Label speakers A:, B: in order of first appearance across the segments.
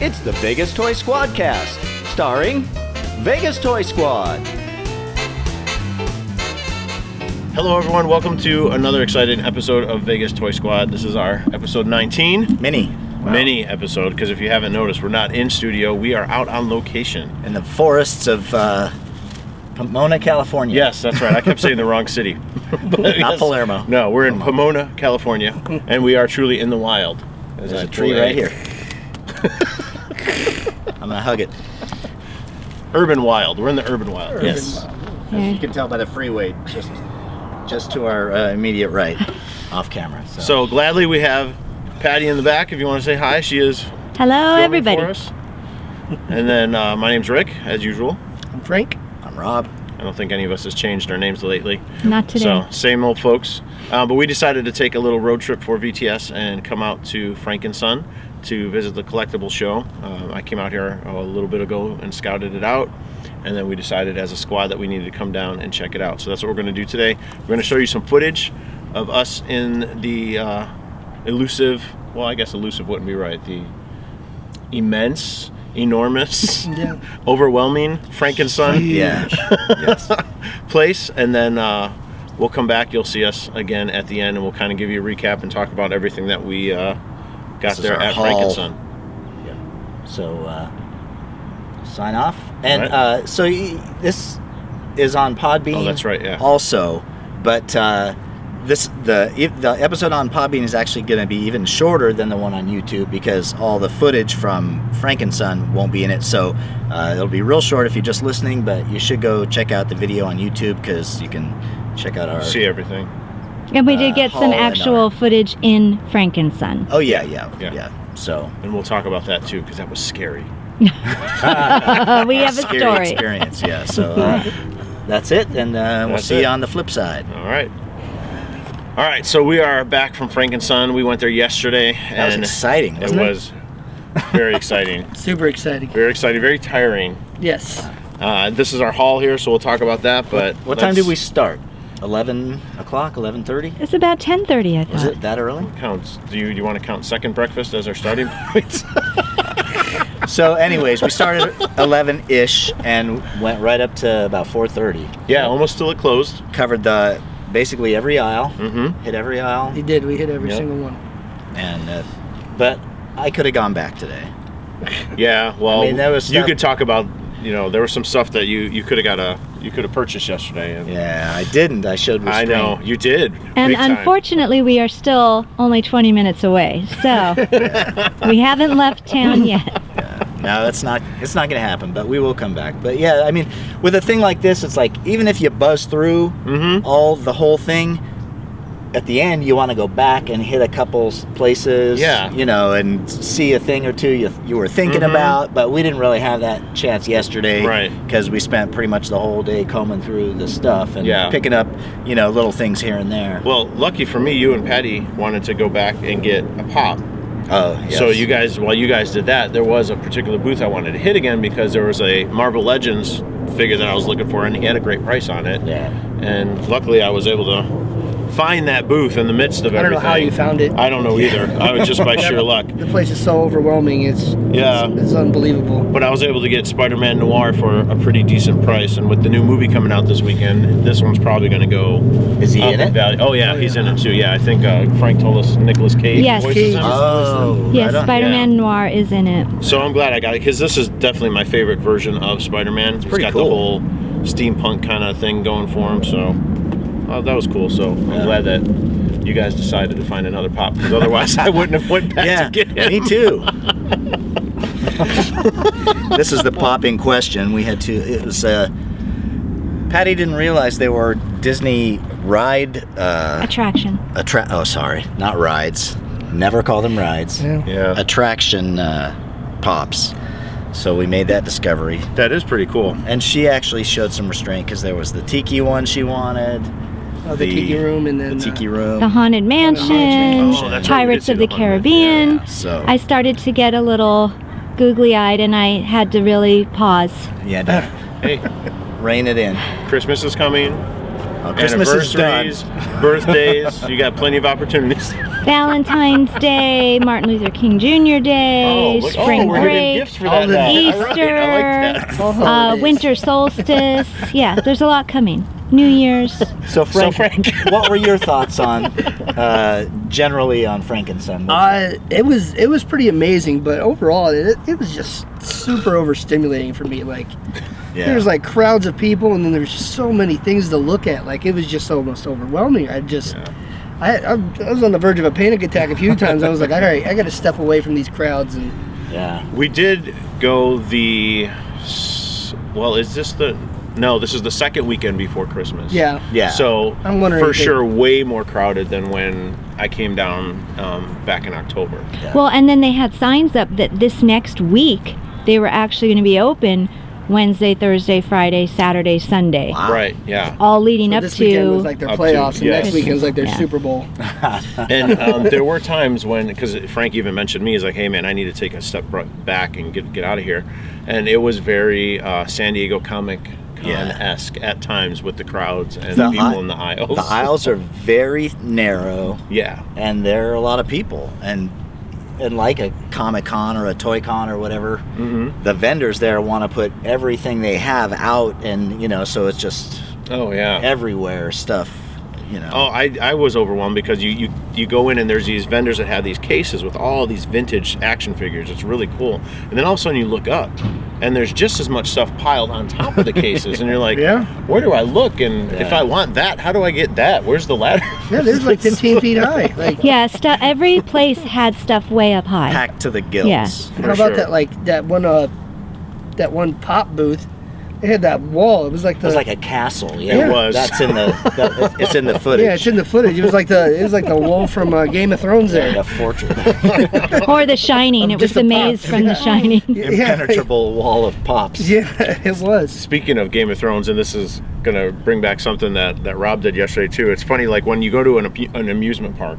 A: It's the Vegas Toy Squad cast, starring Vegas Toy Squad.
B: Hello, everyone. Welcome to another exciting episode of Vegas Toy Squad. This is our episode 19,
A: Mini. Wow.
B: mini episode, because if you haven't noticed, we're not in studio. We are out on location.
A: In the forests of uh, Pomona, California.
B: Yes, that's right. I kept saying the wrong city. But yes.
A: Palermo.
B: No, we're in Pomona, California, and we are truly in the wild.
A: There's a tree right here. eh? I'm going to hug it.
B: Urban wild. We're in the urban wild. yes.
A: As you can tell by the freeway, just just to our uh, immediate right, off camera. So,
B: So gladly we have Patty in the back. If you want to say hi, she is
C: Hello,
B: filming
C: everybody.
B: for us. And then uh, my name's Rick, as usual.
D: Frank.
A: I'm Rob.
B: I don't think any of us has changed our names lately.
C: Not today.
B: So same old folks. Uh, but we decided to take a little road trip for VTS and come out to Frank and Son to visit the collectible show. Uh, I came out here a little bit ago and scouted it out. And then we decided as a squad that we needed to come down and check it out. So that's what we're going to do today. We're going to show you some footage of us in the uh, elusive, well, I guess elusive wouldn't be right, the immense, enormous,
D: Yeah.
B: overwhelming Frank and Son
A: Yeah. yes.
B: place, and then uh, we'll come back. You'll see us again at the end, and we'll kind of give you a recap and talk about everything that we uh, got
A: This is
B: there
A: our
B: at
A: haul.
B: Frankenson.
A: So uh, sign off. And
B: All right.
A: uh, so y- this is on Podbean.
B: Oh, that's right, yeah.
A: Also, but uh, this the if the episode on Podbean is actually going to be even shorter than the one on YouTube because all the footage from Frankenson won't be in it. So uh, it'll be real short if you're just listening. But you should go check out the video on YouTube because you can check out our.
B: See everything.
C: and we
A: uh,
C: did get
A: Hall
C: some
A: and
C: actual
A: our-
C: footage in Frankenstein.
A: Oh yeah, yeah,
B: Yeah.
A: yeah. So
B: And we'll talk about that too, because that was scary.
C: Uh, we have a
A: scary
C: story.
A: experience, yeah. So uh, that's it, and uh, we'll
B: That's
A: see
B: it.
A: you on the flip side.
B: All right. All right, so we are back from Frankenson. We went there yesterday,
A: That was
B: and
A: exciting.
B: it
A: wasn't
B: was very exciting,
D: Super exciting.
B: very exciting, very tiring.
D: Yes.
B: Uh, this is our haul here, so we'll talk about that. But
A: What time did we
B: let's-
A: start? Eleven o'clock, eleven thirty.
C: It's about 10:30, I
A: Was
C: thought.
A: it that early?
B: counts? Do you do you want to count second breakfast as our starting point?
A: So, anyways, we started eleven ish and went right up to about four thirty.
B: yeah, almost till it closed.
A: Covered the basically every aisle,
B: Mm-hmm.
A: hit every aisle,
D: He did. We hit every
B: Yep.
D: single one.
A: and uh, but I could have gone back today.
B: Yeah, well,
A: I mean, that was
B: you
A: stuff-
B: could talk about, you know, there was some stuff that you you could have got a you could have purchased yesterday. And
A: Yeah, I didn't. I showed
B: I
A: restraint.
B: know you did.
C: And
B: big time.
C: unfortunately, we are still only 20 minutes away. So we haven't left town yet.
A: No, that's not. It's not going to happen. But we will come back. But yeah, I mean, with a thing like this, it's like even if you buzz through
B: Mhm.
A: all the whole thing, at the end you want to go back and hit a couple s- places.
B: Yeah.
A: You know, and see a thing or two you you were thinking
B: Mhm.
A: about. But we didn't really have that chance yesterday.
B: Right.
A: Because we spent pretty much the whole day combing through the stuff and
B: Yeah.
A: picking up, you know, little things here and there.
B: Well, lucky for me, you and Patty wanted to go back and get a pop.
A: oh, yes.
B: So you guys, while you guys did that, there was a particular booth I wanted to hit again because there was a Marvel Legends figure that I was looking for, and he had a great price on it.
A: Yeah.
B: And luckily, I was able to find that booth in the midst of
D: I don't
B: everything.
D: know how you found it.
B: I don't know either. I was just by sheer luck.
D: The place is so overwhelming. It's
B: Yeah.
D: It's, it's unbelievable.
B: But I was able to get Spider-Man Noir for a pretty decent price, and with the new movie coming out this weekend, this one's probably going to go
A: Is he
B: up
A: in
B: in
A: it?
B: value. Oh yeah,
D: Oh,
B: he's
D: yeah.
B: in it too. Yeah, I think uh, Frank told us Nicholas Cage
C: Yes.
B: voices him.
A: Oh,
C: Yes,
A: right on.
C: Spider-Man Noir is in it.
B: So I'm glad I got it because this is definitely my favorite version of Spider-Man. It's
A: pretty
B: got the
A: cool.
B: whole steampunk kind of thing going for him. So uh, that was cool. So
A: Yeah.
B: I'm glad that you guys decided to find another pop because otherwise I wouldn't have went back
A: Yeah,
B: to get him.
A: me too. this is the popping question. We had to. It was. Uh, Patty didn't realize they were Disney ride. Uh,
C: Attraction.
A: attra- oh, sorry, not rides. Never call them rides.
D: Yeah.
B: Yeah,
A: Attraction uh, pops. So we made that discovery,
B: that is pretty cool.
A: and she actually showed some restraint because there was the tiki one she wanted,
D: Uh, the, tiki room and
A: the
D: then
A: tiki room.
C: The Haunted Mansion.
B: Oh, that's right, we did
C: Pirates
B: see
C: of the
B: the Haunted Mansion.
C: Caribbean.
A: so
C: I started to get a little googly-eyed, and I had to really pause.
A: yeah, to
B: Hey,
A: rein it in.
B: Christmas is coming.
A: Uh, Christmas is done.
B: anniversaries, birthdays. You got plenty of opportunities.
C: Valentine's Day, Martin Luther King Jr. Day,
B: Oh, look-
C: spring
B: we're getting
C: break,
B: gifts for that
D: all the
B: now.
C: Easter,
B: All right, I like that.
D: All
C: uh,
D: holidays.
C: winter solstice. yeah, there's a lot coming. New Year's.
A: So Frank,
B: Frank.
A: what were your thoughts on uh, generally on Frankenstein?
D: Uh, it was it was pretty amazing, but overall, it, it was just super overstimulating for me. Like
A: yeah.
D: there's like crowds of people, and then there's just so many things to look at. Like it was just almost overwhelming. I just, I, I, I was on the verge of a panic attack a few times. I was like, all right, I got to step away from these crowds. And
A: yeah.
B: We did go the. s- Well, is this the? No, this is the second weekend before Christmas.
D: yeah,
A: Yeah.
B: So
D: I'm wondering
B: for
D: if they-
B: sure, way more crowded than when I came down um, back in October.
C: Well, and then they had signs up that this next week they were actually going to be open Wednesday, Thursday, Friday, Saturday, Sunday.
A: Wow.
B: Right. Yeah.
C: All leading
D: so
C: up
D: this weekend was
C: to
D: like their
B: up to-
D: playoffs, and
B: yes.
D: next weekend was like their
C: Yeah.
D: Super Bowl.
B: And um, there were times when, because Frank even mentioned me, he's like, "Hey, man, I need to take a step br- back and get get out of here." And it was very uh, San Diego Comic Con esque at times with the crowds and
A: The
B: people
A: aisle-
B: in the aisles.
A: The aisles are very narrow,
B: Yeah.
A: and there are a lot of people. And and like a Comic Con or a Toy Con or whatever,
B: hmm
A: the vendors there want to put everything they have out, and you know, so it's just
B: Oh yeah.
A: everywhere stuff. You know.
B: Oh, I, I was overwhelmed because you, you you go in and there's these vendors that have these cases with all these vintage action figures. It's really cool. And then all of a sudden you look up and there's just as much stuff piled on top of the cases and you're like,
D: Yeah.
B: where do I look? And if
A: Yeah.
B: I want that, how do I get that? Where's the ladder?
D: Yeah, there's like 15 feet high. Like
C: yeah. Stu- every place had stuff way up high.
A: Packed to the gills.
C: Yeah.
B: For
D: How about
B: sure.
D: that? Like that one, uh, that one pop booth. They had that wall. It was like
A: It
D: the.
A: was like a castle. Yeah,
B: It was.
A: That's in the. That, it's in the footage.
D: yeah, it's in the footage. It was like the. It was like the wall from uh, Game of Thrones. There.
A: a fortress.
C: or The Shining. It was
D: Just a
C: the maze
D: pop.
C: from The Shining.
A: Impenetrable wall of pops.
D: Yeah, it was.
B: Speaking of Game of Thrones, and this is gonna bring back something that, that Rob did yesterday too. It's funny, like when you go to an, amu- an amusement park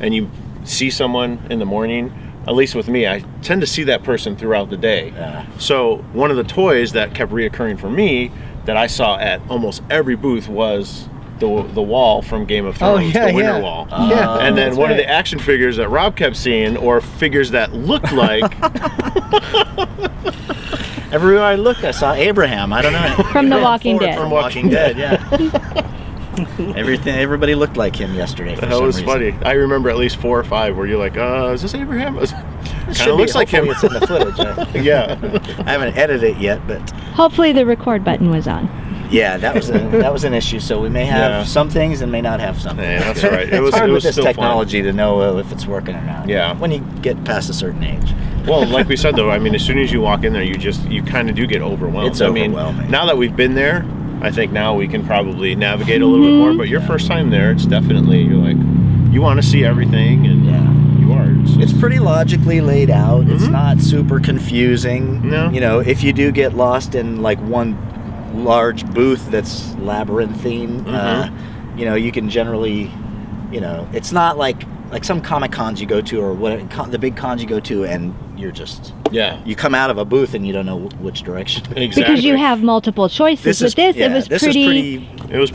B: and you see someone in the morning, at least with me, I tend to see that person throughout the day.
A: Yeah.
B: So one of the toys that kept reoccurring for me that I saw at almost every booth was the the wall from Game of
D: Oh
B: Thrones,
D: yeah,
B: the winter
D: yeah. Oh,
B: wall. Uh,
D: yeah.
B: and then
D: that's
B: one of
D: right.
B: the action figures that Rob kept seeing, or figures that looked like
A: Everywhere I looked, I saw Abraham. I don't know.
C: From The
A: Yeah,
C: Walking
A: Ford
C: Dead.
A: From Walking Dead, yeah. Everything. Everybody looked like him yesterday. For
B: That
A: some
B: was
A: reason.
B: funny. I remember at least four or five where you're like, uh, is this Abraham? Kind
A: Should
B: of
A: be.
B: looks like him.
A: Hopefully It's in the footage. I,
B: yeah.
A: I haven't edited it yet, but
C: Hopefully the record button was on.
A: yeah, that was a, that was an issue. So we may have
B: Yeah.
A: some things and may not have some.
B: Yeah,
A: things.
B: that's all right. It
A: it's
B: was-
A: hard
B: it
A: with
B: was
A: this
B: still fun.
A: technology to know uh, if it's working or not.
B: Yeah.
A: When you get past a certain age.
B: Well, like we said though, I mean, as soon as you walk in there, you just you kind of do get overwhelmed.
A: It's
B: I mean,
A: overwhelming.
B: now that we've been there, I think now we can probably navigate a little bit more. But your first time there, it's definitely you're like, you want to see everything, and
A: Yeah.
B: you are. It's,
A: It's pretty logically laid out. It's
B: Mhm.
A: not super confusing.
B: No.
A: You know, if you do get lost in like one large booth that's labyrinthine, uh,
B: Mhm.
A: you know, you can generally, you know, it's not like like some comic cons you go to or what con, the big cons you go to, and you're just
B: yeah.
A: you come out of a booth and you don't know wh- which direction.
B: Exactly.
C: Because you have multiple choices. With this,
A: yeah,
C: it was
A: this
C: pretty,
A: is
C: pretty
A: pretty
B: It was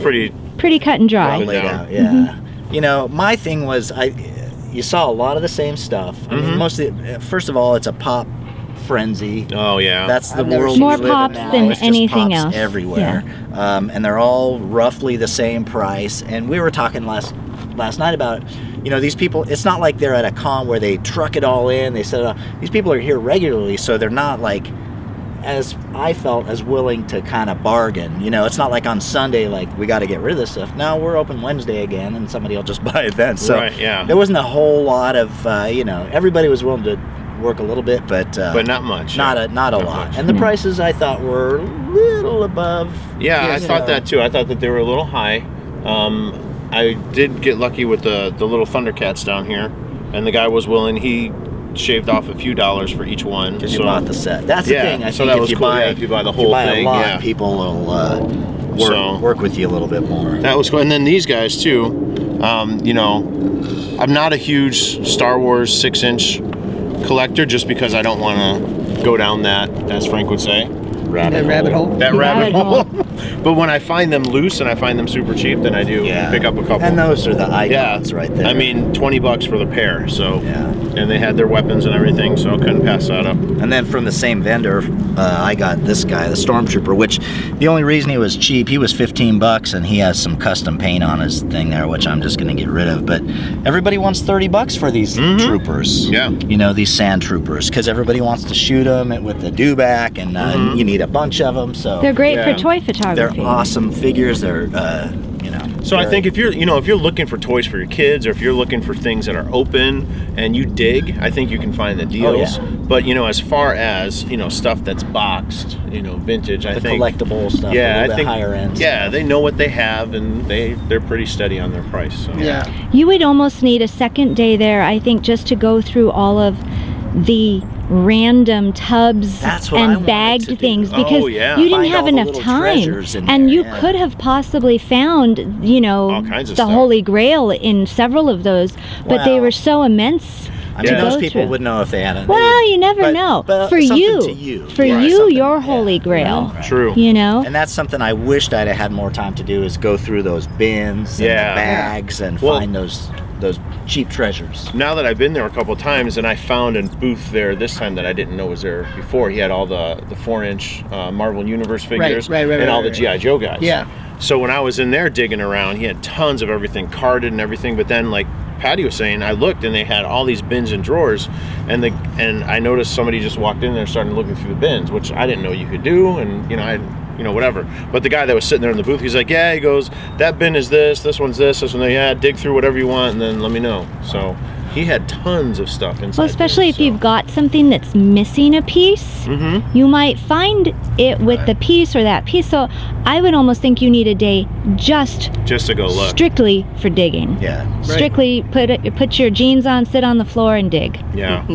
B: pretty.
C: cut and dry.
B: Probably.
A: laid
B: down.
A: out. Yeah. You know, my thing was I. You saw a lot of the same stuff. I mean,
B: Mhm.
A: most of the, first of all, it's a pop frenzy.
B: Oh yeah.
A: That's the
D: I've never
A: world
D: seen
A: we
C: More
A: live in
C: pops
A: now.
C: than
A: It's just
C: anything
A: pops
C: else.
A: everywhere, um, and they're all roughly the same price. And we were talking last last night about, you know, these people. It's not like they're at a con where they truck it all in. They set it up. These people are here regularly, so they're not like as I felt as willing to kind of bargain. You know, it's not like on Sunday like we got to get rid of this stuff. No, we're open Wednesday again, and somebody will just buy it then. So
B: Right, yeah.
A: there wasn't a whole lot of uh, you know everybody was willing to work a little bit, but uh,
B: but not much.
A: not a not a
B: Not
A: lot.
B: much.
A: And the
C: No.
A: prices I thought were a little above.
B: Yeah, I
A: Yes,
B: thought
A: uh,
B: that too. I thought that they were a little high. Um, I did get lucky with the the little Thundercats down here, and the guy was willing. He shaved off a few dollars for each one.
A: Because you bought the set. That's
B: Yeah,
A: the thing. I
B: so
A: think
B: that
A: if
B: was
A: you
B: cool,
A: buy
B: yeah, if you buy the
A: you
B: whole
A: buy
B: thing,
A: a lot,
B: yeah.
A: people will uh, work
B: So-
A: work with you a little bit more.
B: That was cool. And then these guys too. Um, you know, I'm not a huge Star Wars six inch collector just because I don't want to go down that, as Frank would say. rabbit
D: That rabbit hole.
B: That rabbit,
C: Rabbit
B: hole. but when I find them loose and I find them super cheap, then I do
A: Yeah.
B: pick up a couple.
A: And those are the icons
B: yeah,
A: right there.
B: I mean, twenty bucks for the pair. So
A: Yeah.
B: and they had their weapons and everything, so I couldn't pass that up.
A: And then from the same vendor, uh, I got this guy, the Stormtrooper, which the only reason he was cheap, he was 15 bucks and he has some custom paint on his thing there, which I'm just going to get rid of. But everybody wants 30 bucks for these troopers.
B: Mm-hmm. Yeah.
A: You know, these sand troopers, because everybody wants to shoot them with the dewback and uh,
B: Mm-hmm.
A: you need a bunch of them. So
C: They're great
B: Yeah.
C: for toy
A: they're
C: photography.
A: awesome figures. They're, uh, you know.
B: So I
A: they're-
B: think if you're, you know, if you're looking for toys for your kids, or if you're looking for things that are open and you dig, I think you can find the
A: Oh, yeah.
B: deals. But you know, as far as you know, stuff that's boxed, you know, vintage, I
A: the
B: think
A: collectible stuff, a
B: yeah,
A: little
B: I
A: bit
B: think
A: higher end.
B: Yeah, they know what they have, and they they're pretty steady on their price. So.
D: Yeah.
C: You would almost need a second day there, I think, just to go through all of the random tubs
A: That's what I wanted to do.
C: and bagged things
B: Oh,
C: because
B: yeah.
C: you didn't
A: Find all
C: have
A: the
C: enough
A: little
C: time
A: treasures in
C: and
A: there,
C: you
A: yeah.
C: could have possibly found you know
B: All kinds
C: the
B: of stuff.
C: holy grail in several of those but they
A: Wow.
C: were so immense
A: I mean,
B: Yeah.
A: those
C: Go
A: people
C: through.
A: would know if they had it.
C: well you never
A: But-
C: know
A: but
C: for
A: something
C: you,
A: to you.
C: for
A: Right.
C: you
A: Something-
C: your
A: yeah.
C: holy grail
A: Right.
B: True.
C: you know
A: And that's something I wished I'd have had more time to do is go through those bins and
B: Yeah.
A: the bags and
B: Well-
A: find those those cheap treasures.
B: Now that I've been there a couple of times, and I found a booth there this time that I didn't know was there before. He had all the the four inch uh, Marvel Universe figures
D: right, right,
B: and
D: right,
B: all
D: right,
B: the GI
D: right.
B: Joe guys.
D: Yeah.
B: So when I was in there digging around, he had tons of everything carded and everything. But then, like Patty was saying, I looked and they had all these bins and drawers, and the and I noticed somebody just walked in there, started looking through the bins, which I didn't know you could do, and you know I. You know, whatever. But the guy that was sitting there in the booth, he's like, "Yeah." He goes, "That bin is this. This one's this. This one, that." yeah. Dig through whatever you want, and then let me know." So he had tons of stuff inside.
C: Well, especially if you've got something that's missing a piece,
B: Mm-hmm.
C: you might find it with the piece or that piece. So I would almost think you need a day just
B: Just to go look.
C: strictly for digging.
A: Yeah.
C: Strictly put it, put your jeans on, sit on the floor, and dig.
B: Yeah.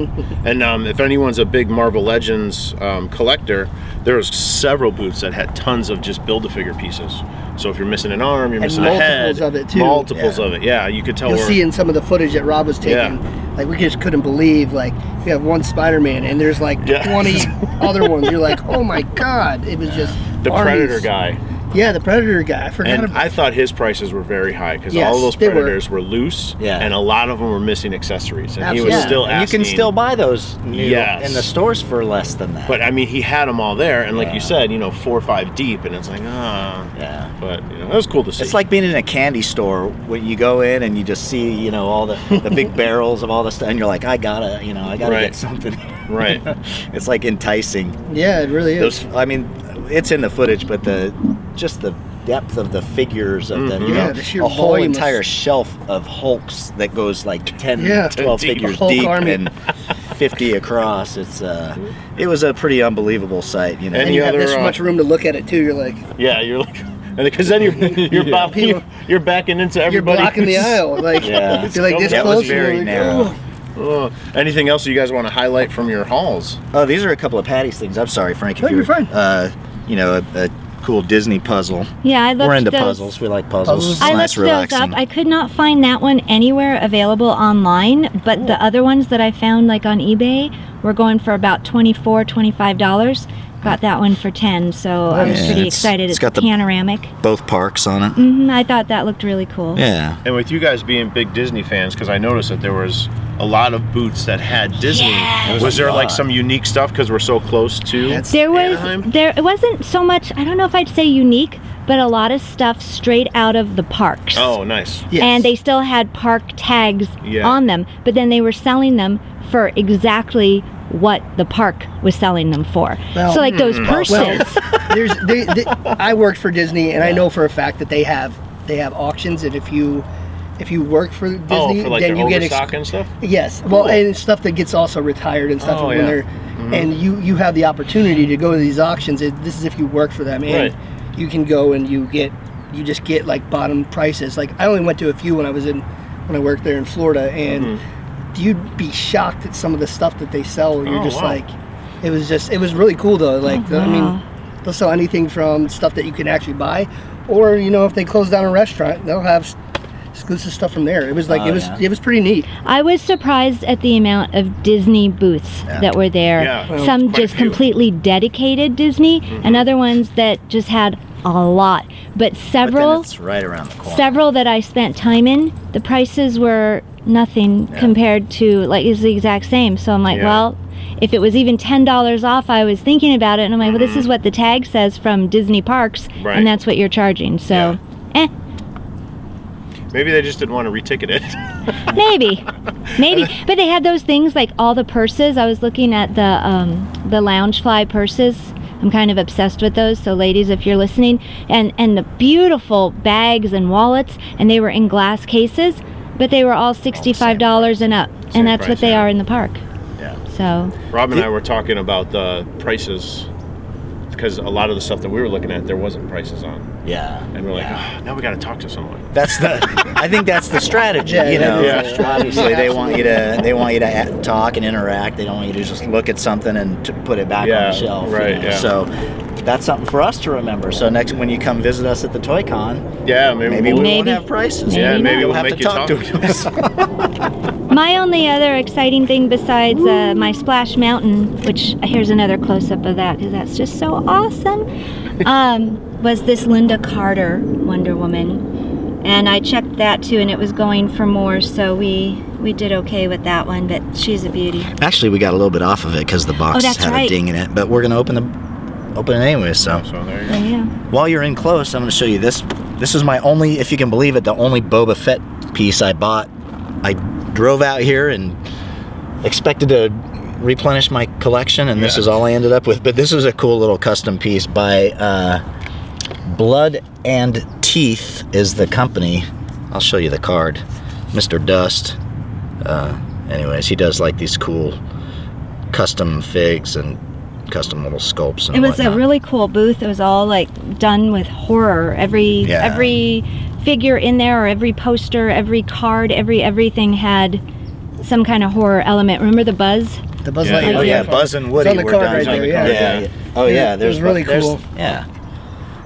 B: and um, if anyone's a big Marvel Legends um, collector, there's several booths that had tons of just build a figure pieces. So if you're missing an arm, you're
D: And
B: missing a head.
D: multiples of it, too.
B: Multiples
A: Yeah.
B: of it. Yeah, you could tell.
D: You'll
B: where-
D: see in some of the footage that Rob was taking,
B: Yeah.
D: like we just couldn't believe like we have one Spider-Man and there's like
B: Yeah.
D: 20 other ones. You're like, oh my god, it was just
B: the
D: armies.
B: Predator guy.
D: Yeah, the Predator guy. I forgot.
B: And
D: about
B: I thought his prices were very high because
D: Yes,
B: all those
D: they were.
B: Predators were. loose
A: Yeah.
B: and a lot of them were missing accessories. And he was
D: Absolutely.
B: still
A: And you
B: asking.
A: can still buy those new
B: Yes.
A: in the stores for less than that.
B: But I mean, he had them all there, and like
A: Yeah.
B: you said, you know, four or five deep, and it's like, ah.
A: yeah.
B: But you know, that was cool to see.
A: It's like being in a candy store when you go in and you just see, you know, all the, the big barrels of all the stuff, and you're like, I gotta, you know, I gotta
B: Right.
A: get something.
B: right.
A: it's like enticing.
D: it. yeah, it really is.
A: Those, I mean, it's in the footage, but the just the depth of the figures of them, you
D: Mm-hmm. Yeah,
A: know,
D: the sheer
A: a whole
D: volume is-
A: entire shelf of Hulks that goes like 10,
D: Yeah.
A: 12
B: Deep.
A: figures
D: Hulk
A: deep
D: army.
A: and 50 across. It's uh, it was a pretty unbelievable sight, you know.
D: and
B: Any
D: you have
B: other,
D: this
B: uh,
D: much room to look at it too. You're like,
B: Yeah, you're like, because then you're you're bobbing, you're, you're backing into
D: you're
B: everybody.
D: blocking the
B: who's-
D: aisle. Like,
A: Yeah.
D: you're like this
A: that
D: close.
A: was very
D: you're like,
A: narrow.
D: "Ugh."
B: Ugh. Oh, anything else you guys want to highlight from your halls?
A: Oh, these are a couple of Patty's things. I'm sorry, Frank. If
D: No, you're fine.
A: Uh, you know, a, a cool Disney puzzle.
C: Yeah, I looked
A: We're into
C: those.
A: puzzles. We like puzzles.
D: Puzzles.
A: It's
C: I
A: nice,
C: looked
A: relaxing.
C: those up. I could not find that one anywhere available online, but the other ones that I found like on eBay were going for about 24 dollars. Got that one for ten, so I was
A: Nice.
C: pretty
A: Yeah, it's-
C: excited. It's,
A: it's got the-
C: panoramic.
A: Both parks on it.
C: hmm I thought that looked really cool.
A: Yeah.
B: And with you guys being big Disney fans, because I noticed that there was a lot of boots that had Disney.
C: Yes.
A: There's
B: Was
A: a
B: there like
A: lot.
B: some unique stuff because we're so close to?
D: That's-
C: There was
B: Anaheim?
C: there it wasn't so much. I don't know if I'd say unique, but a lot of stuff straight out of the parks.
B: oh, nice.
D: Yes.
C: And they still had park tags
B: Yeah.
C: on them, but then they were selling them for exactly what the park was selling them for.
D: Well,
C: so like those
B: Hmm.
D: Well,
C: purses.
D: there's. They, they, I worked for Disney, and I know for a fact that they have they have auctions, and if you if you work for Disney,
B: oh, for like
D: then
B: their
D: you get ex-
B: overstock and stuff.
D: Yes. Well,
B: Cool.
D: and stuff that gets also retired and stuff
B: Oh,
D: when
B: yeah.
D: they're and you you have the opportunity to go to these auctions. It, this is if you work for them, and
B: Right.
D: you can go and you get you just get like bottom prices. Like I only went to a few when I was in when I worked there in Florida, and you'd be shocked at some of the stuff that they sell. You're
B: Mm-hmm. Oh,
D: just
B: wow. Oh,
D: like, it was just it was really cool though. Like I
C: wow.
D: mean, they'll sell anything from stuff that you can actually buy, or you know if they close down a restaurant, they'll have s- exclusive stuff from there. It was like
A: Oh,
D: it was
A: yeah.
D: it was pretty neat.
C: I was surprised at the amount of Disney booths
A: Yeah.
C: that were there.
B: Yeah, Well,
C: Some
B: quite a
C: just
B: few. Mm-hmm.
C: completely dedicated Disney, and other ones that just had a lot. But
A: But then
C: several,
A: it's right around the corner.
C: several that I spent time in, the prices were nothing
A: Yeah.
C: compared to like it's the exact same. So I'm like,
B: Yeah.
C: well, if it was even ten dollars off, I was thinking about it, and I'm like, well, this is what the tag says from Disney parks,
B: Right.
C: and that's what you're charging. So, eh,
B: Maybe they just didn't want to reticket it.
C: maybe maybe but they had those things like all the purses i was looking at the um the lounge fly purses i'm kind of obsessed with those so ladies if you're listening and and the beautiful bags and wallets and they were in glass cases but they were all $65 and up
B: Same
C: and that's
B: price,
C: what they
B: yeah.
C: are in the park
A: Yeah.
C: so
B: Rob and I were talking about the prices because a lot of the stuff that we were looking at there wasn't prices on,
A: Yeah.
B: and we're like, "Ah, now we got to talk to someone.
A: That's the. I think that's the strategy.
D: Yeah,
A: you know,
B: that is the
A: obviously they want you to they want you to a talk and interact. They don't want you to just look at something and to put it back on
B: Yeah,
A: the shelf. you
B: right,
A: know.
B: yeah.
A: So that's something for us to remember. So next when you come visit us at the Toy Con,
B: Yeah, maybe.
A: maybe we
B: we'll,
A: won't
C: Maybe.
A: have prices.
C: Yeah,
A: We'll
C: maybe
B: we'll
A: have
B: make
A: to
B: you
A: talk
B: talk
A: to us.
C: my only other exciting thing besides uh, my splash mountain which uh, here's another close-up of that because that's just so awesome um, was this linda carter wonder woman and i checked that too and it was going for more so we we did okay with that one but she's a beauty
A: Actually, we got a little bit off of it because the box
C: Oh, that's
A: had a
C: right.
A: ding in it, but we're gonna open the open it anyway. So
B: so there you go.
C: yeah
A: while you're in close, I'm gonna show you this. This is my only, if you can believe it, the only Boba Fett piece I bought. I drove out here and expected to replenish my collection, and this
B: Yeah.
A: is all I ended up with. But this is a cool little custom piece by uh, Blood and Teeth is the company. I'll show you the card, Mr. Dust. Uh, anyways, he does like these cool custom figs and custom little sculpts. And
C: it was a
A: whatnot.
C: really cool booth it was all like done with horror every
A: Yeah.
C: every figure in there or every poster every card every everything had some kind of horror element remember the buzz
D: The Buzz
B: Yeah.
D: Lightyear.
A: Oh yeah,
D: fan.
A: Buzz and Woody
D: It's on the
A: were
D: card
A: done.
D: right there. Yeah.
A: yeah. Oh
D: It-
A: yeah,
D: it
A: there's
D: was really
A: there's-
D: cool.
A: Yeah.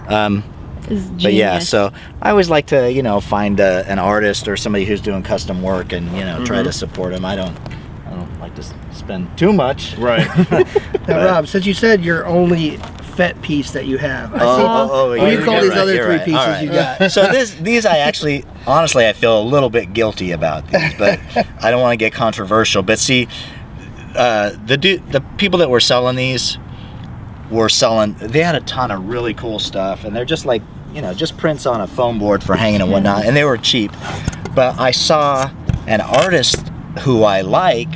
A: Um,
C: is
A: but yeah,
C: genius.
A: so I always like to you know find uh an artist or somebody who's doing custom work and you know
D: Mm-hmm.
A: try to support them. I don't I don't like to s- spend too much.
B: Right.
D: Now, Rob, since you said your only fet piece that you have, I see
A: oh,
D: What do you
A: you're
D: call
A: right,
D: these other
A: you're
D: three
A: right.
D: pieces
A: All right.
D: you got?
A: so this, these I actually, honestly, I feel a little bit guilty about these, but I don't want to get controversial. But see, uh, the du- the people that were selling these were selling. They had a ton of really cool stuff, and they're just like you know just prints on a foam board for hanging and whatnot, and they were cheap. But I saw an artist who I like.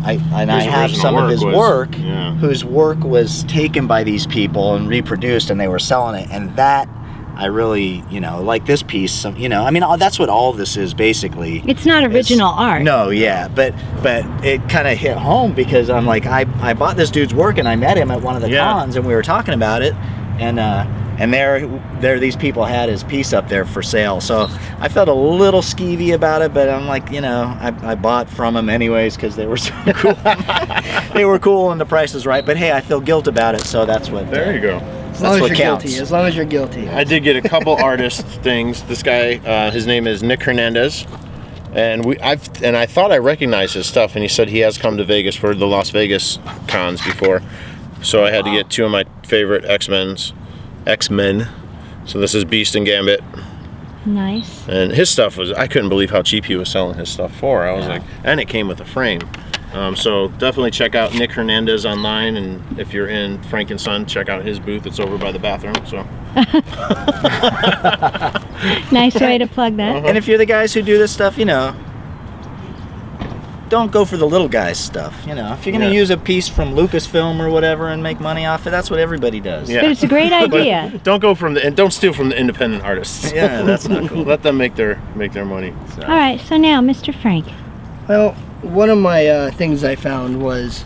A: I, and I
B: His
A: have
B: original
A: some of
B: work
A: his
B: was-
A: work
B: yeah.
A: whose work was taken by these people and reproduced and they were selling it and that I really, you know, like this piece, some, you know, I mean, all- that's what all this is basically.
C: It's not original art.
A: No, yeah, but but it kind of hit home because I'm like, I, I bought this dude's work and I met him at one of the
B: Yeah.
A: cons and we were talking about it, and uh, and there there these people had his piece up there for sale, so I felt a little skeevy about it, but I'm like, you know, I, I bought from him anyways because they were so cool, they were cool and the price is right, but hey, I feel guilt about it, so that's what
B: there you go.
D: as long as
A: what
D: you're
A: counts.
D: guilty. As long as you're guilty.
B: I did get a couple artist things. This guy, uh, his name is Nick Hernandez, and we I've and I thought I recognized his stuff, and he said he has come to Vegas for the Las Vegas cons before, so I had to get two of my favorite X Men's, X Men. So this is Beast and Gambit,
C: Nice.
B: and his stuff was I couldn't believe how cheap he was selling his stuff for. I was like, and it came with a frame. Um, so definitely check out Nick Hernandez online, and if you're in Frank and Son, check out his booth. It's over by the bathroom. So
C: Nice way to plug that.
A: And if you're the guys who do this stuff, you know, don't go for the little guys stuff. You know, if you're going to
B: Yeah.
A: use a piece from Lucasfilm or whatever and make money off it, that's what everybody does.
B: Yeah.
C: But it's a great
B: But
C: idea.
B: Don't go from the and don't steal from the independent artists.
A: Yeah, that's not cool.
B: Let them make their make their money.
C: All right, so now, Mr. Frank.
D: Well, one of my uh, things I found was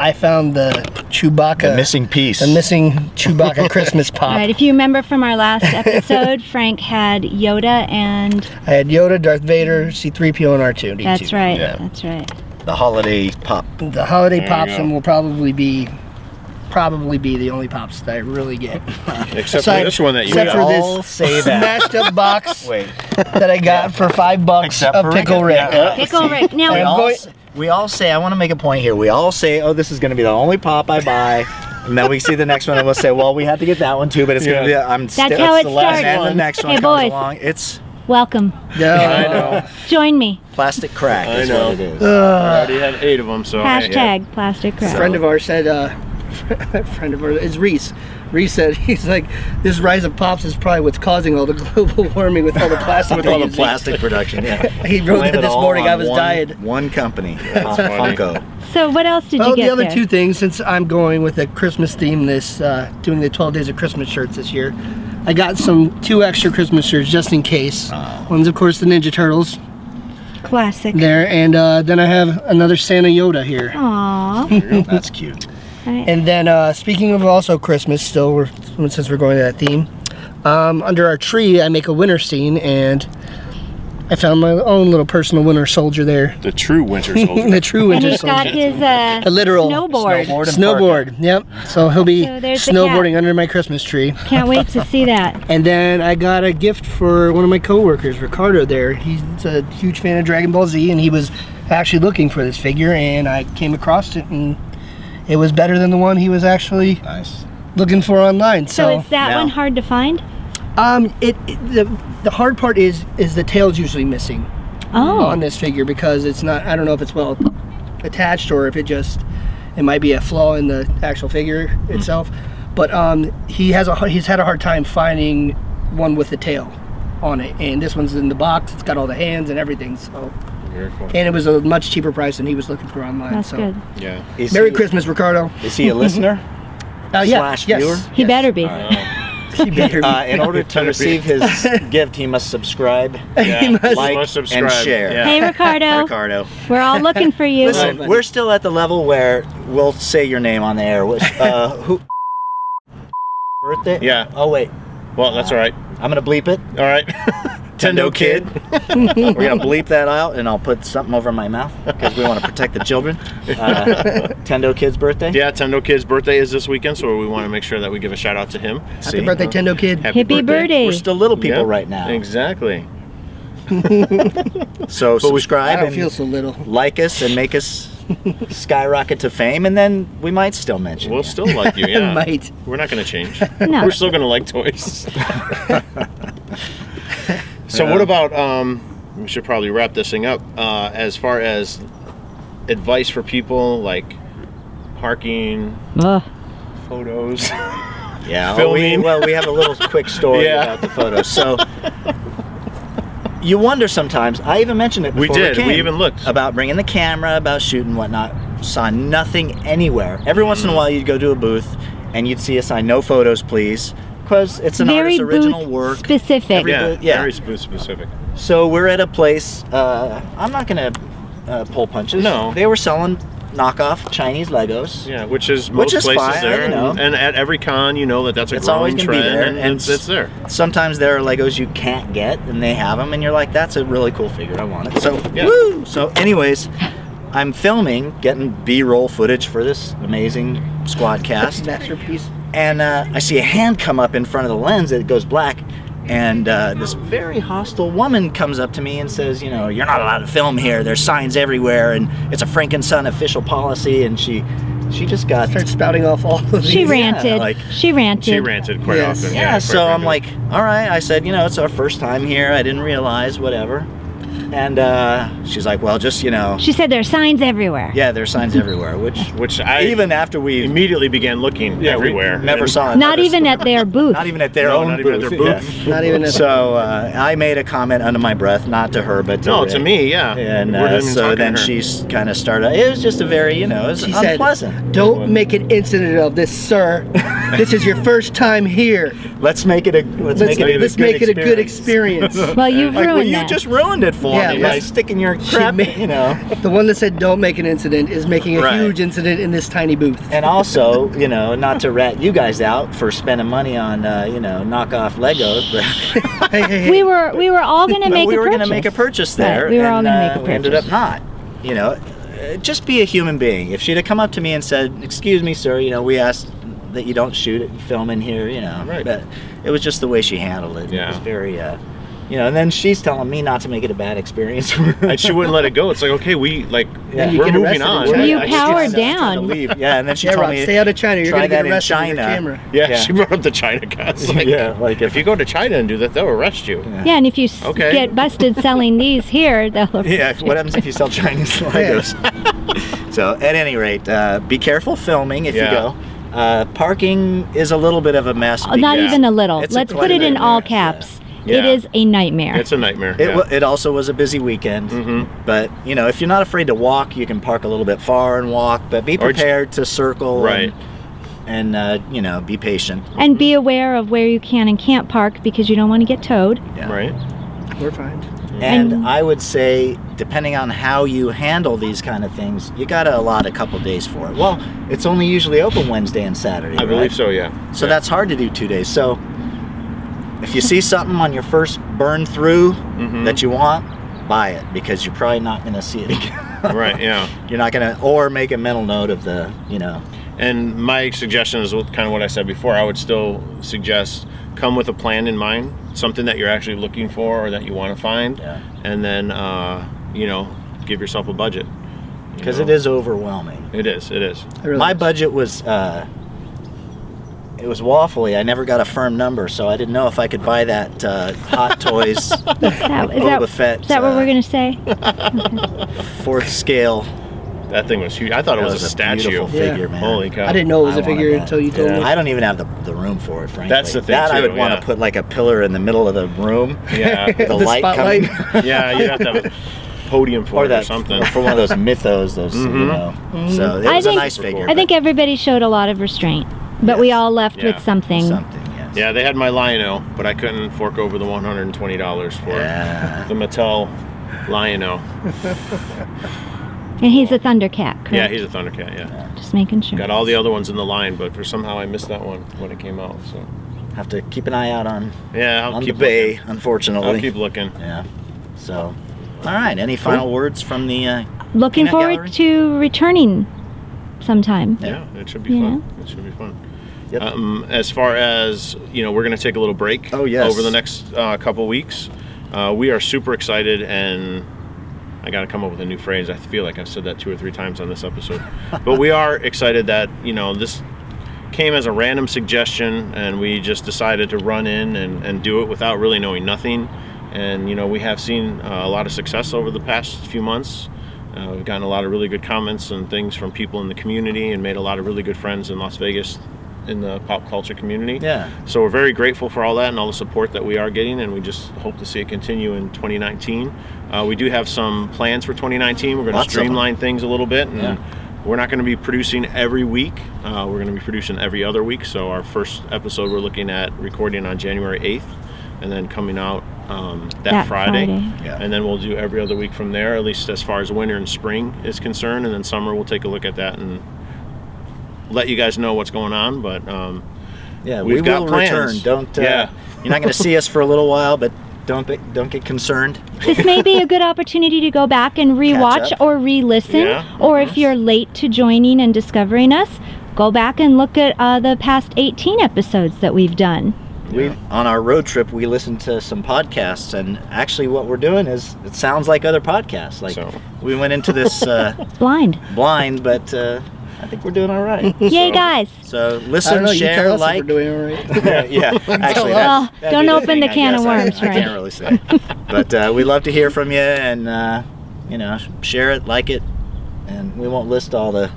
D: I found the Chewbacca,
A: The missing piece.
D: the missing Chewbacca Christmas
C: All
D: pop.
C: right, if you remember from our last episode, Frank had Yoda and
D: I had Yoda, Darth Vader, C-3PO, and R2. D2.
C: that's right.
B: yeah.
C: That's right.
A: the holiday pop.
D: The holiday
B: you
D: pops
B: go.
D: and will probably be probably be the only pops that I really get.
B: Except
D: Aside-
B: for this one that you got.
D: except for
A: all
D: this
A: say that.
D: smashed up box
A: Wait.
D: that I got for five bucks
A: Except
D: of
A: for
D: pickle
A: Rick.
D: Rick.
A: Yeah.
C: Pickle Rick.
A: we,
C: Now,
A: all,
D: going-
A: s- we all say, I want to make a point here. We all say, oh, this is going to be the only pop I buy. and then we see the next one and we'll say, well, we have to get that one too, but it's going to
B: Yeah.
A: be, I'm still,
C: how
A: it's
C: it
A: the last
C: starts.
A: one. And the next one
C: Hey,
A: comes
C: boys.
A: along. It's
C: welcome.
D: No.
B: I know.
C: Join me.
A: plastic crack
B: I
A: is
B: know.
A: what it is.
B: I
D: Ugh.
B: already had eight of them, so. Oh, yeah.
C: Hashtag plastic
D: A
C: crap.
D: friend of ours said, uh, a friend of ours, it's Reese. Reese said, he's like, this rise of pops is probably what's causing all the global warming with all the plastic.
A: With
D: they
A: all the
D: use.
A: plastic production, yeah.
D: He wrote
B: Blame
D: that
B: it
D: this
B: all
D: morning.
B: on
D: I was
B: one-
D: dying.
A: One company, uh,
B: funny.
A: Funko.
C: So what else did you
D: Oh,
C: get
D: the other
C: there?
D: two things, since I'm going with a Christmas theme this, uh, doing the 12 Days of Christmas shirts this year, I got some two extra Christmas shirts just in case.
A: Oh.
D: One's, of course, the Ninja Turtles
C: Classic.
D: there, and uh, then I have another Santa Yoda here.
C: Aww.
A: That's cute.
D: And then, uh, speaking of also Christmas, still, we're, since we're going to that theme, um, under our tree, I make a winter scene, and I found my own little personal winter soldier there.
B: The true winter
D: the
B: soldier.
D: true
C: and
D: winter
C: he's got
D: soldier.
C: his uh,
D: A literal
C: snowboard.
A: snowboard. and
D: Snowboard, yep. So he'll be
C: So there's the cat.
D: snowboarding under my Christmas tree.
C: Can't wait to see that.
D: And then I got a gift for one of my coworkers, Ricardo. There, he's a huge fan of Dragon Ball Z, and he was actually looking for this figure, and I came across it, and it was better than the one he was actually
A: Nice.
D: looking for online.
C: So,
D: So,
C: is that
A: now-
C: one hard to find?
D: um, it, it- the the hard part is is the tail's usually missing on
C: Oh,
D: this figure because it's not. I don't know if it's well attached or if it just it might be a flaw in the actual figure
C: Mm.
D: itself. But um, he has a hard- he's had a hard time finding one with the tail on it, and this one's in the box. It's got all the hands and everything. So
B: Very cool.
D: and it was a much cheaper price than he was looking for online.
C: that's
D: so.
C: good.
B: Yeah.
A: Is
D: Merry
A: he-
D: Christmas, Ricardo.
A: Is he a listener?
D: Uh, yeah,
A: Slash
D: yes,
A: viewer?
C: He
D: yes.
C: better be.
D: He better be.
A: Uh, in order to receive his gift, he must subscribe,
B: yeah.
D: must-
A: Like
B: must
A: and
B: subscribe.
A: share.
B: Yeah.
C: Hey, Ricardo.
A: Ricardo.
C: We're all looking for you.
A: Listen,
D: buddy.
A: we're still at the level where we'll say your name on the air. Which, uh, who? Birthday?
B: Yeah.
A: Oh wait,
B: Well, that's all right.
A: I'm gonna bleep it.
B: All right.
A: Tendo kid. we're gonna bleep that out, and I'll put something over my mouth because we want to protect the children. Uh, Tendo kid's birthday.
B: Yeah, Tendo Kid's birthday is this weekend, so we want to make sure that we give a shout out to him.
D: Happy birthday, Tendo Kid.
B: Happy
C: Hippy birdie.
A: We're still little people
B: Yeah,
A: right now.
B: Exactly.
A: So
B: we-
D: I
A: subscribe
D: don't
A: and
D: feel so little.
A: like us and make us skyrocket to fame, and then we might still mention.
B: We'll
A: you.
B: still like you. Yeah.
D: Might.
B: We're not going to change.
C: No.
B: We're still going to like toys. so what about um we should probably wrap this thing up uh as far as advice for people like parking,
C: Ugh.
B: photos.
A: Yeah, well, we,
B: filming.
A: well, we have a little quick story
B: Yeah.
A: about the photos. So you wonder sometimes. I even mentioned it.
B: We
A: Before
B: did, we
A: came,
B: even looked.
A: about bringing the camera, about shooting, whatnot. Saw nothing anywhere. Every once
B: Mm.
A: in a while, you'd go to a booth and you'd see a sign, "No photos, please," because it's an
C: Very
A: artist's original
C: booth
A: work.
C: specific.
B: yeah,
A: yeah.
B: very sp- specific.
A: So we're at a place. Uh, I'm not gonna uh, pull punches.
B: No.
A: they were selling knockoff Chinese Legos.
B: Yeah, which is most
A: Which is
B: places
A: fine,
B: there,
A: you know.
B: and at every con, you know that that's a
A: It's always
B: growing
A: gonna be
B: trend,
A: there,
B: and,
A: and
B: it's, it's there.
A: sometimes there are Legos you can't get, and they have them, and you're like, "That's a really cool figure. I want it." So,
B: Yeah.
A: woo! So, anyways, I'm filming, getting B-roll footage for this amazing squad cast,
D: Masterpiece.
A: and uh, I see a hand come up in front of the lens. It goes black, and uh, this very hostile woman comes up to me and says, "You know, you're not allowed to film here. There's signs everywhere, and it's a Frank and Son official policy." And she, she just got
D: Start spouting off all of these.
C: She ranted.
A: like-
C: she ranted.
B: She ranted quite
D: Yes.
B: often.
A: Yeah,
B: quite
A: so I'm
B: frankly.
A: like, all right. I said, you know, it's our first time here. I didn't realize, whatever. And uh, she's like, well, just, you know,
C: She said there are signs everywhere.
A: yeah, there are signs everywhere, which
B: which I
A: even after we
B: immediately began looking
A: yeah, we
B: everywhere.
A: never
B: and-
A: saw it.
C: Not even at their booth.
A: Not even at their
B: No,
A: own
B: not even at
A: booth.
B: their
A: yeah.
B: booth.
D: Not even a
A: So uh, I made a comment under my breath, not to her, but to
B: No,
A: Rick.
B: to me, yeah.
A: And
B: We weren't
A: uh,
B: even
A: so
B: talking to
A: then
B: her.
A: she kind of started. It was just a very, you know, it was
D: She said,
A: unpleasant.
D: Don't make an incident of this, sir. this is your first time here.
A: let's make it a let's,
D: Let's,
A: make it a
D: let's
A: good
D: make it a good
A: experience.
D: experience. the
C: well, you've
A: Like,
C: ruined
A: well, you
C: that.
A: just ruined it for
D: Yeah,
A: me by
D: like-
A: sticking your crap,
D: made-
A: you know.
D: one that said don't make an incident is making a
A: Right.
D: huge incident in this tiny booth.
A: and also, you know, not to rat you guys out for spending money on, uh, you know, knockoff Legos, but,
D: Hey, hey, hey.
C: we were we were all gonna
A: but
C: make
A: we
C: a
A: were
C: purchase.
A: to make a purchase there.
C: Right, we were all
A: and,
C: gonna make
A: uh,
C: a
A: we ended up
C: purchase.
A: not. You know, uh, just be a human being. If she'd have come up to me and said, "Excuse me, sir," you know, we asked that you don't shoot it and film in here, you know.
B: Right.
A: But it was just the way she handled it. It
B: Yeah.
A: was very, uh, you know. And then she's telling me not to make it a bad experience.
B: and she wouldn't let it go. It's like, okay, we like
A: Yeah.
D: You
B: we're
D: get
B: moving
D: arrested
B: on.
D: at work.
B: I-
C: You
B: I-
C: powered
A: Yeah, I
C: down.
A: had to leave. Yeah, and then she
D: Yeah,
A: told
D: Rob,
A: me,
D: stay out of China. You're
A: try
D: gonna get
A: that in
D: arrested with your
A: China.
D: camera.
B: Yeah,
A: Yeah.
B: she brought up the China guys. Like,
A: Yeah, like
B: if,
A: if-
B: you go to China and do that, they'll arrest you.
A: Yeah.
C: Yeah, and if you s
B: Okay.
C: get busted selling these here, they'll.
A: Yeah, if- what happens if you sell Chinese Legos? so, at any rate, uh, be careful filming if
B: Yeah.
A: you go. Uh, parking is a little bit of a mess.
C: Oh,
A: because-
C: Not
B: Yeah.
C: even a little.
A: It's a
C: Let's
A: quite
C: put
A: a
C: it in
A: nightmare,
C: all
A: yeah.
C: caps. It
B: Yeah.
C: is a nightmare.
B: It's a nightmare.
A: It,
B: yeah. Mm-hmm.
A: wa- it also was a busy weekend, but you know, if you're not afraid to walk, you can park a little bit far and walk. But be
B: Or j-
A: prepared to circle,
B: Right.
A: And, and uh, you know, be patient.
C: And be aware of where you can and can't park because you don't want to get towed.
A: Yeah.
B: Right.
D: We're fine.
B: Mm-hmm.
A: And
C: And-
A: I would say, depending on how you handle these kind of things, you gotta allot a couple days for it. Well, it's only usually open Wednesday and Saturday.
B: I
A: right?
B: believe so. Yeah.
A: So
B: Yeah.
A: that's hard to do two days. So if you see something on your first burn through
B: Mm-hmm.
A: that you want, buy it because you're probably not going to see it again.
B: right. Yeah.
A: you're not going to, or make a mental note of the, you know,
B: And my suggestion is what, kind of what I said before. I would still suggest come with a plan in mind, something that you're actually looking for or that you want to find,
A: Yeah.
B: and then uh, you know give yourself a budget. you
A: because
B: know?
A: it is overwhelming.
B: It is. It is.
D: I really
A: My budget was, uh, it was waffly. I never got a firm number, so I didn't know if I could buy that uh, Hot Toys
C: That- is
A: Boba
C: that,
A: Fett,
C: is that what
A: uh,
C: we're going to say?
A: fourth scale.
B: That thing was huge. I thought it
A: That
B: was,
A: was
B: a
A: a
B: statue.
A: beautiful
D: Yeah.
A: figure, man.
B: Holy cow!
D: I didn't know it was
A: I
D: a
A: wanted
D: figure
A: that.
D: until you told
B: Yeah.
D: me.
A: I don't even have the, the room for it, frankly.
B: That's the thing,
A: That I
B: too,
A: would want
B: yeah.
A: to put like a pillar in the middle of the room.
B: Yeah.
A: The,
D: The
A: light
D: spotlight.
A: coming.
B: yeah, you have to have a podium for
A: or
B: it
A: that
B: or something. Mm-hmm.
A: or for one of those mythos those you know
D: Mm-hmm.
A: so it
C: I
A: was
C: think-
A: a nice figure
C: I think everybody showed a lot of restraint, but we
A: Yes.
C: all left
B: Yeah.
C: with
A: but
C: something.
A: something yes
B: Yeah, they had my Lion-O, but I couldn't fork over the $120 for
A: Yeah.
B: the Mattel Lion-O.
C: And he's a Thundercat, correct?
B: Yeah, he's a Thundercat, yeah.
C: Just making sure.
B: Got all the other ones in the line, but for somehow I missed that one when it came out, so.
A: have to keep an eye out on
B: Yeah, I'll
A: on the
B: keep
A: bay
B: looking.
A: unfortunately
B: I'll keep looking.
A: yeah so all right any final words from the uh,
C: Looking
A: peanut
C: forward
A: gallery?
C: to returning sometime.
B: Yeah, it should be
C: Yeah.
B: fun. It should be fun.
A: Yep.
B: Um, as far as you know, we're going to take a little break.
A: Oh, yes.
B: Over the next uh, couple weeks, uh, we are super excited, and I got to come up with a new phrase. I feel like I've said that two or three times on this episode, but we are excited that you know this came as a random suggestion, and we just decided to run in and, and do it without really knowing nothing. And you know, we have seen uh, a lot of success over the past few months. Uh, we've gotten a lot of really good comments and things from people in the community, and made a lot of really good friends in Las Vegas in the pop culture community.
A: Yeah.
B: So we're very grateful for all that and all the support that we are getting, and we just hope to see it continue in 2019. Uh, we do have some plans for 2019. We're going to
A: Lots of 'em.
B: streamline things a little bit, and
A: Yeah.
B: we're not going to be producing every week. Uh, we're going to be producing every other week. So our first episode, we're looking at recording on January 8th, and then coming out um, that,
C: That
B: Friday.
C: Friday.
A: Yeah.
B: And then we'll do every other week from there, at least as far as winter and spring is concerned, and then summer we'll take a look at that and let you guys know what's going on. But um,
A: yeah
B: We've
A: we
B: got
A: will
B: plans.
A: return don't uh,
B: Yeah.
A: you're not going to see us for a little while but don't be, don't get concerned
C: this may be a good opportunity to go back and rewatch
A: up.
C: or re-listen
B: Yeah.
C: or if you're late to joining and discovering us go back and look at uh, the past 18 episodes that we've done
A: we on our road trip we listened to some podcasts and actually what we're doing is it sounds like other podcasts like
B: So.
A: we went into this uh,
C: blind
A: blind, but uh, I think we're doing all right.
C: yay guys
A: So
D: I
A: listen,
D: don't know. You
A: share,
D: tell us
A: like.
D: if we're doing all right.
A: yeah, yeah. actually,
C: Well,
A: that'd
C: don't
A: be the
C: open
A: thing,
C: the
A: I
C: can
A: guess.
C: of
A: I-
C: worms,
A: I,
C: right.
A: can't really say, but uh, we love to hear from you, and uh, you know, share it, like it, and we won't list all the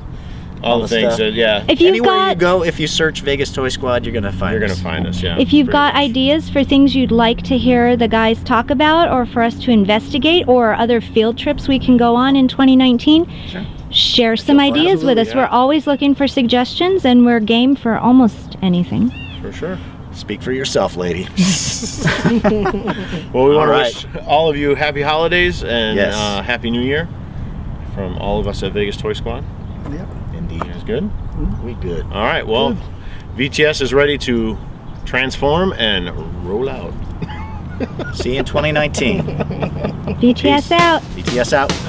B: all,
A: All
B: the
A: the
B: things
A: stuff.
B: that yeah
C: if you've
A: anywhere you
C: got
A: go. If you search Vegas Toy Squad, you're gonna find.
B: you're gonna
A: us.
B: find us yeah
C: if you've
B: pretty
C: got
B: much.
C: ideas for things you'd like to hear the guys talk about or for us to investigate or other field trips we can go on in 2019
A: Sure.
C: share some
A: Absolutely,
C: ideas with us
B: yeah.
C: we're always looking for suggestions and we're game for almost anything
B: for sure
A: Speak for yourself, lady.
B: well we
A: All
B: want to wish all of you happy holidays and
A: Yes.
B: uh, happy new year from all of us at vegas toy squad
D: Yep.
A: Indeed,
B: it's good
A: we good.
B: all right well vts is ready to transform and roll out
A: See you in 2019.
C: bts out
A: BTS out.